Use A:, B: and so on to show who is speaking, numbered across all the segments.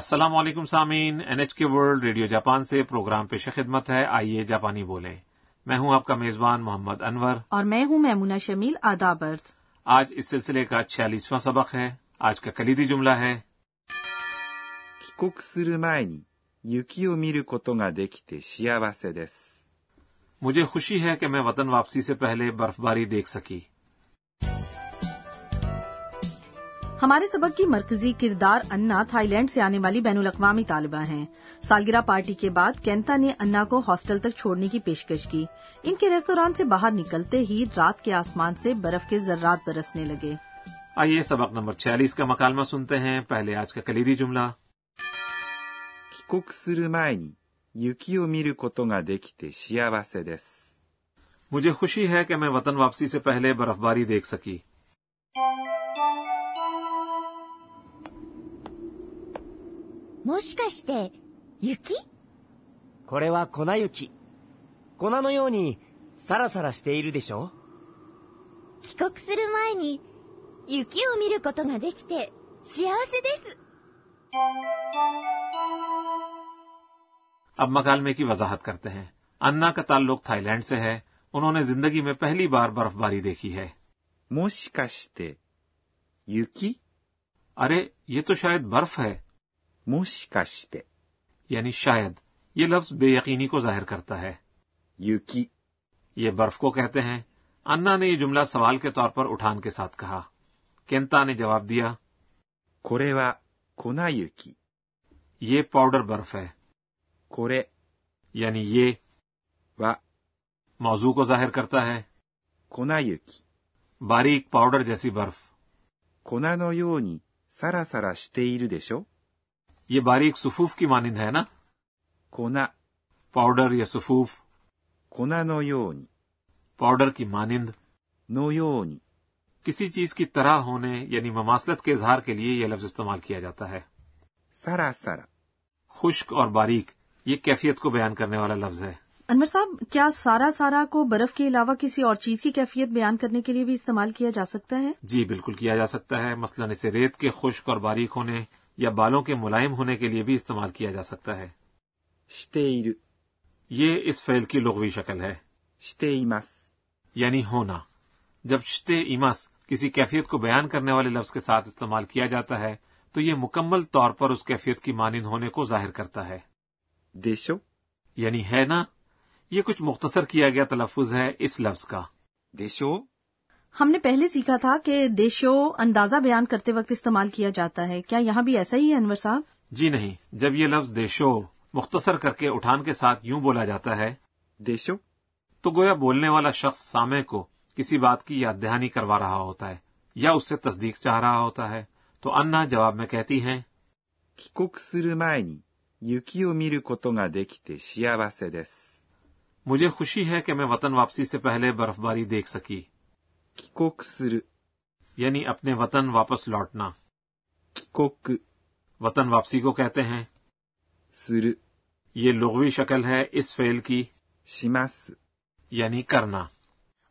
A: السلام علیکم سامعین N H K world radio Japan سے پروگرام پیش خدمت ہے آئیے جاپانی بولیں میں ہوں آپ کا میزبان محمد انور
B: اور میں ہوں میمونہ شمیل آدابرز
A: آج اس سلسلے کا چھیالیسواں سبق ہے آج کا کلیدی جملہ ہے
C: 帰国する前に雪を見ることができて幸せです。
A: مجھے خوشی ہے کہ میں وطن واپسی سے پہلے برف باری دیکھ سکی
B: ہمارے سبق کی مرکزی کردار انا تھائی لینڈ سے آنے والی بین الاقوامی طالبہ ہیں سالگرہ پارٹی کے بعد کینتا نے انا کو ہاسٹل تک چھوڑنے کی پیشکش کی ان کے ریستوران سے باہر نکلتے ہی رات کے آسمان سے برف کے ذرات برسنے لگے
A: آئیے سبق نمبر چھیالیس کا مکالمہ سنتے ہیں پہلے آج کا کلیدی جملہ
C: 帰国する前に雪を見ることができて幸せです。
A: مجھے خوشی ہے کہ میں وطن واپسی سے پہلے برف باری دیکھ سکی
D: もしかして、雪
E: これは粉雪。粉のようにサラサラしているでしょ
D: 帰国する前に、雪を見ることができて、幸せです。
A: اب مکالمے کی وضاحت کرتے ہیں انا کا تعلق تھائی لینڈ سے ہے انہوں نے زندگی میں پہلی بار برف باری دیکھی ہے
C: もしかして、雪
A: ارے یہ تو شاید برف ہے
C: もしかして、
A: یعنی شاید یہ لفظ بے یقینی کو ظاہر کرتا ہے
C: 雪
A: یہ برف کو کہتے ہیں انا نے یہ جملہ سوال کے طور پر اٹھان کے ساتھ کہا کینتا نے جواب دیا
C: これは粉雪。
A: یہ پاؤڈر برف ہے
C: これ
A: یعنی یہ
C: は
A: موضوع کو ظاہر کرتا ہے
C: 粉雪。
A: باریک پاؤڈر جیسی برف
C: 粉のようにサラサラしているでしょ
A: یہ باریک صفوف کی مانند ہے نا
C: 粉、
A: پاؤڈر یا صفوف
C: 粉のように、
A: پاؤڈر کی مانند
C: のように。
A: کسی چیز کی طرح ہونے یعنی مماثلت کے اظہار کے لیے یہ لفظ استعمال کیا جاتا ہے
C: サラサラ。
A: خشک اور باریک یہ کیفیت کو بیان کرنے والا لفظ ہے
B: انور صاحب کیا سارا سارا کو برف کے علاوہ کسی اور چیز کی کیفیت بیان کرنے کے لیے بھی استعمال کیا جا سکتا ہے
A: جی بالکل کیا جا سکتا ہے مثلا اسے ریت کے خشک اور باریک ہونے یا بالوں کے ملائم ہونے کے لیے بھی استعمال کیا جا سکتا ہے
C: している、
A: یہ اس فعل کی لغوی شکل ہے
C: しています。
A: یعنی ہونا جب شتے ایمس کسی کیفیت کو بیان کرنے والے لفظ کے ساتھ استعمال کیا جاتا ہے تو یہ مکمل طور پر اس کیفیت کی مانند ہونے کو ظاہر کرتا ہے
C: でしょ
A: یعنی ہے نا یہ کچھ مختصر کیا گیا تلفظ ہے اس لفظ کا
C: でしょ
B: ہم نے پہلے سیکھا تھا کہ دیشو اندازہ بیان کرتے وقت استعمال کیا جاتا ہے کیا یہاں بھی ایسا ہی ہے انور صاحب
A: جی نہیں جب یہ لفظ دیشو مختصر کر کے اٹھان کے ساتھ یوں بولا جاتا ہے
C: でしょ
A: تو گویا بولنے والا شخص سامع کو کسی بات کی یاد دہانی کروا رہا ہوتا ہے یا اس سے تصدیق چاہ رہا ہوتا ہے تو انا جواب میں کہتی ہیں
C: 帰国する前に雪を見ることができて幸せです。
A: مجھے خوشی ہے کہ میں وطن واپسی سے پہلے برف باری دیکھ سکی
C: 帰国する、
A: یعنی اپنے وطن واپس لوٹنا
C: 帰国、
A: وطن واپسی کو کہتے ہیں
C: する、
A: یہ لغوی شکل ہے اس فعل کی
C: します。
A: یعنی کرنا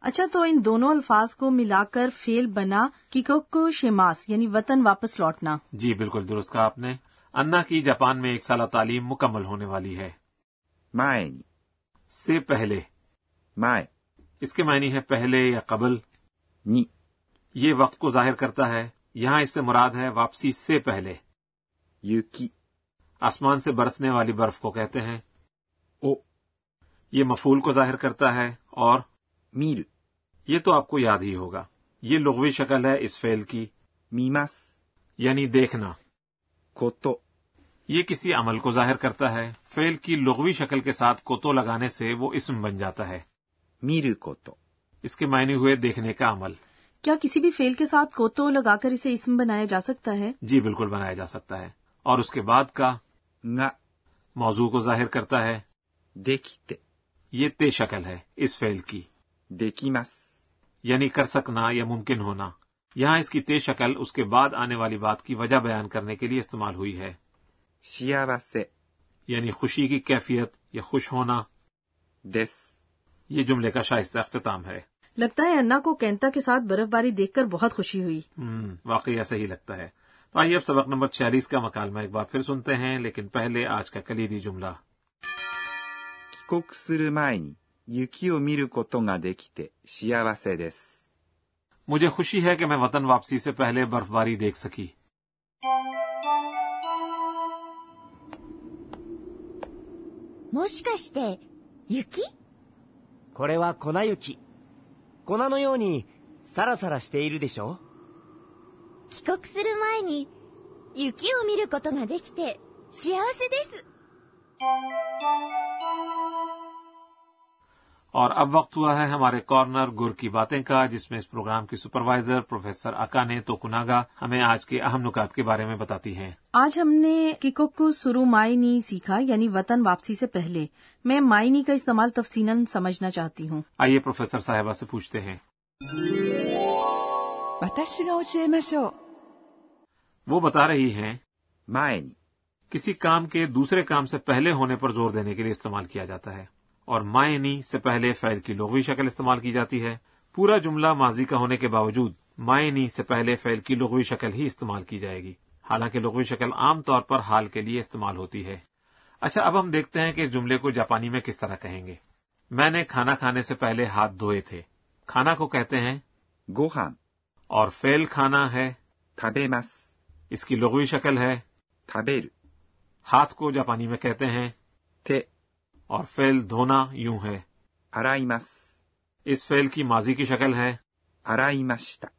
B: اچھا تو ان دونوں الفاظ کو ملا کر فیل بنا کیکوکو شیماس یعنی وطن واپس لوٹنا
A: جی بالکل درست کہا آپ نے انا کی جاپان میں ایک سالہ تعلیم مکمل ہونے والی ہے
C: 前に、
A: سے پہلے
C: 前、
A: اس کے معنی ہے پہلے یا قبل
C: に、
A: یہ وقت کو ظاہر کرتا ہے یہاں اس سے مراد ہے واپسی سے پہلے
C: 雪、
A: آسمان سے برسنے والی برف کو کہتے ہیں
C: を、
A: یہ مفول کو ظاہر کرتا ہے اور
C: 見る、
A: یہ تو آپ کو یاد ہی ہوگا یہ لغوی شکل ہے اس فعل کی
C: 見ます、
A: یعنی دیکھنا
C: こと、
A: یہ کسی عمل کو ظاہر کرتا ہے فعل کی لغوی شکل کے ساتھ کوتو لگانے سے وہ اسم بن جاتا ہے
C: 見ること、
A: اس کے معنی ہوئے دیکھنے کا عمل
B: کیا کسی بھی فیل کے ساتھ کوتو لگا کر اسے اسم بنایا جا سکتا ہے
A: جی بالکل بنایا جا سکتا ہے اور اس کے بعد کا
C: が、
A: موضوع کو ظاهر کرتا ہے
C: できて、
A: یہ تے شکل ہے اس فعل کی
C: できます。
A: یعنی کر سکنا یا ممکن ہونا یہاں اس کی تے شکل اس کے بعد آنے والی بات کی وجہ بیان کرنے کے لیے استعمال ہوئی ہے
C: 幸せ、
A: یعنی خوشی کی کیفیت یا خوش ہونا
C: です。
A: یہ جملے کا شائستہ اختتام ہے
B: لگتا ہے انا کو کینتا کے ساتھ برف باری دیکھ کر بہت خوشی ہوئی
A: ہم، واقعی ایسا ہی لگتا ہے آئیے اب سبق نمبر چھیالیس کا مکالمہ ایک بار پھر سنتے ہیں لیکن پہلے آج کا کلیدی جملہ
C: 帰国する前に雪を見ることができて幸せです。
A: مجھے خوشی ہے کہ میں وطن واپسی سے پہلے برف باری دیکھ سکی
D: もしかして、雪
E: これは粉雪。粉のようにサラサラしているでしょ
D: 帰国する前に、雪を見ることができて、幸せです。
A: اور اب وقت ہوا ہے ہمارے کارنر گر کی باتیں کا جس میں اس پروگرام کی سپروائزر پروفیسر اکا نے تو کناگا ہمیں آج کے اہم نکات کے بارے میں بتاتی ہیں
B: آج ہم نے کیکوکو سرو مائنی سیکھا یعنی وطن واپسی سے پہلے میں مائنی کا استعمال تفصیل سمجھنا چاہتی ہوں
A: آئیے پروفیسر صاحبہ سے پوچھتے ہیں
F: 私が教えましょう
A: وہ بتا رہی ہیں
C: 前に、
A: کسی کام کے دوسرے کام سے پہلے ہونے پر زور دینے کے لیے استعمال کیا جاتا ہے اور معنی سے پہلے فعل کی لغوی شکل استعمال کی جاتی ہے پورا جملہ ماضی کا ہونے کے باوجود معنی سے پہلے فعل کی لغوی شکل ہی استعمال کی جائے گی حالانکہ لغوی شکل عام طور پر حال کے لیے استعمال ہوتی ہے اچھا اب ہم دیکھتے ہیں کہ اس جملے کو جاپانی میں کس طرح کہیں گے میں نے کھانا کھانے سے پہلے ہاتھ دھوئے تھے کھانا کو کہتے ہیں
C: ご飯、
A: اور فعل کھانا ہے
C: 食べます、
A: اس کی لغوی شکل ہے
C: 食べる、
A: ہاتھ کو جاپانی میں کہتے ہیں
C: 手、
A: اور فعل دھونا یوں ہے
C: 洗います、
A: اس فعل کی ماضی کی شکل ہے
C: 洗いました。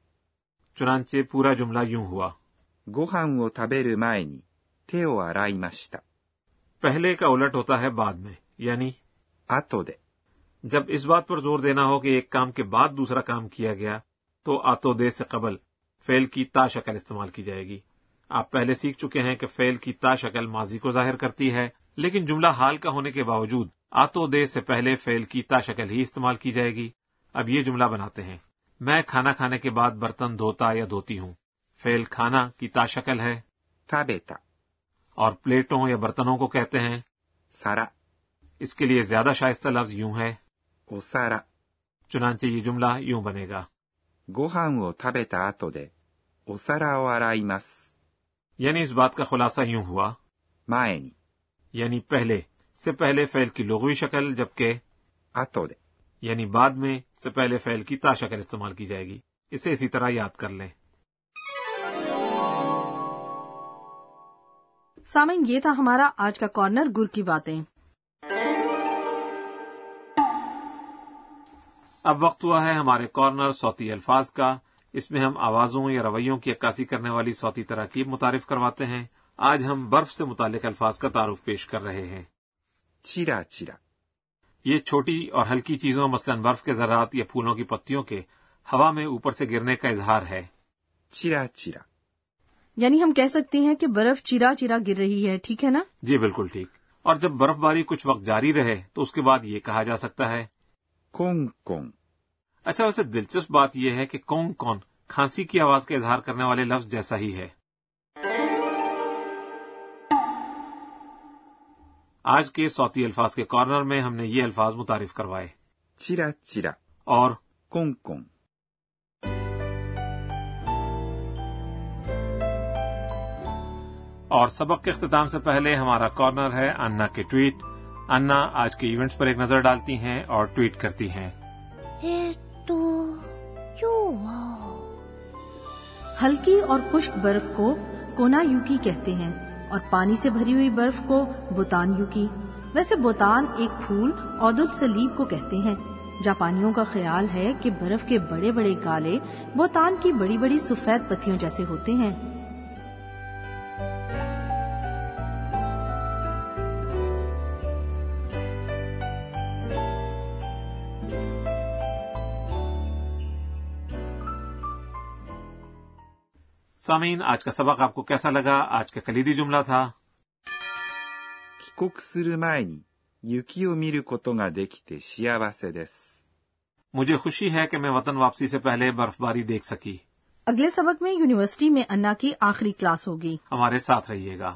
A: چنانچہ پورا جملہ یوں ہوا
C: ご飯を食べる前に手を洗いました。
A: پہلے کا الٹ ہوتا ہے بعد میں یعنی
C: 後で、
A: جب اس بات پر زور دینا ہو کہ ایک کام کے بعد دوسرا کام کیا گیا تو آتو دے سے قبل فعل کی تا شکل استعمال کی جائے گی آپ پہلے سیکھ چکے ہیں کہ فعل کی تا شکل ماضی کو ظاہر کرتی ہے لیکن جملہ حال کا ہونے کے باوجود آتو دے سے پہلے فعل کی تا شکل ہی استعمال کی جائے گی اب یہ جملہ بناتے ہیں میں کھانا کھانے کے بعد برتن دھوتا یا دھوتی ہوں فعل کھانا کی تا شکل ہے
C: 食べた、
A: اور پلیٹوں یا برتنوں کو کہتے ہیں
C: 皿、
A: اس کے لیے زیادہ شائستہ لفظ یوں ہے
C: お皿。
A: چنانچہ یہ جملہ یوں بنے گا
C: ご飯を食べた後で、お皿を洗います。
A: یعنی اس بات کا خلاصہ یوں ہوا
C: 前に、
A: یعنی پہلے سے پہلے فعل کی لغوی شکل جبکہ
C: 後で、
A: یعنی بعد میں سے پہلے فعل کی تا شکل استعمال کی جائے گی اسے اسی طرح یاد کر لیں
B: سامعین یہ تھا ہمارا آج کا کارنر گر کی باتیں
A: اب وقت ہوا ہے ہمارے کارنر صوتی الفاظ کا اس میں ہم آوازوں یا رویوں کی عکاسی کرنے والی صوتی تراکیب متعارف کرواتے ہیں آج ہم برف سے متعلق الفاظ کا تعارف پیش کر رہے ہیں
C: チラチラ、
A: یہ چھوٹی اور ہلکی چیزوں مثلا برف کے ذرات یا پھولوں کی پتیوں کے ہوا میں اوپر سے گرنے کا اظہار ہے
C: チラチラ、
B: یعنی ہم کہہ سکتے ہیں کہ برف چرا چرا گر رہی ہے ٹھیک ہے نا
A: جی بالکل ٹھیک اور جب برف باری کچھ وقت جاری رہے تو اس کے بعد یہ کہا جا سکتا ہے
C: コンコン、
A: اچھا ویسے دلچسپ بات یہ ہے کہ کون کون کھانسی کی آواز کا اظہار کرنے والے لفظ جیسا ہی ہے آج کے صوتی الفاظ کے کارنر میں ہم نے یہ الفاظ متعارف کروائے
C: チラチラ、
A: اور
C: コンコン、
A: اور سبق کے اختتام سے پہلے ہمارا کارنر ہے انا کے ٹویٹ انا آج کے ایونٹس پر ایک نظر ڈالتی ہیں اور ٹویٹ کرتی ہیں
D: えっと、今日は、
B: ہلکی اور خشک برف کو کونا یوکی کہتے ہیں اور پانی سے بھری ہوئی برف کو بوتان یوکی ویسے بوتان ایک پھول اودل سلیب کو کہتے ہیں جاپانیوں کا خیال ہے کہ برف کے بڑے بڑے گالے بوتان کی بڑی بڑی سفید پتیوں جیسے ہوتے ہیں
A: سامعین آج کا سبق آپ کو کیسا لگا آج کا کلیدی جملہ تھا
C: 帰国する前に雪を見ることができて幸せです。
A: مجھے خوشی ہے کہ میں وطن واپسی سے پہلے برف باری دیکھ سکی
B: اگلے سبق میں یونیورسٹی میں انا کی آخری کلاس ہوگی
A: ہمارے ساتھ رہیے گا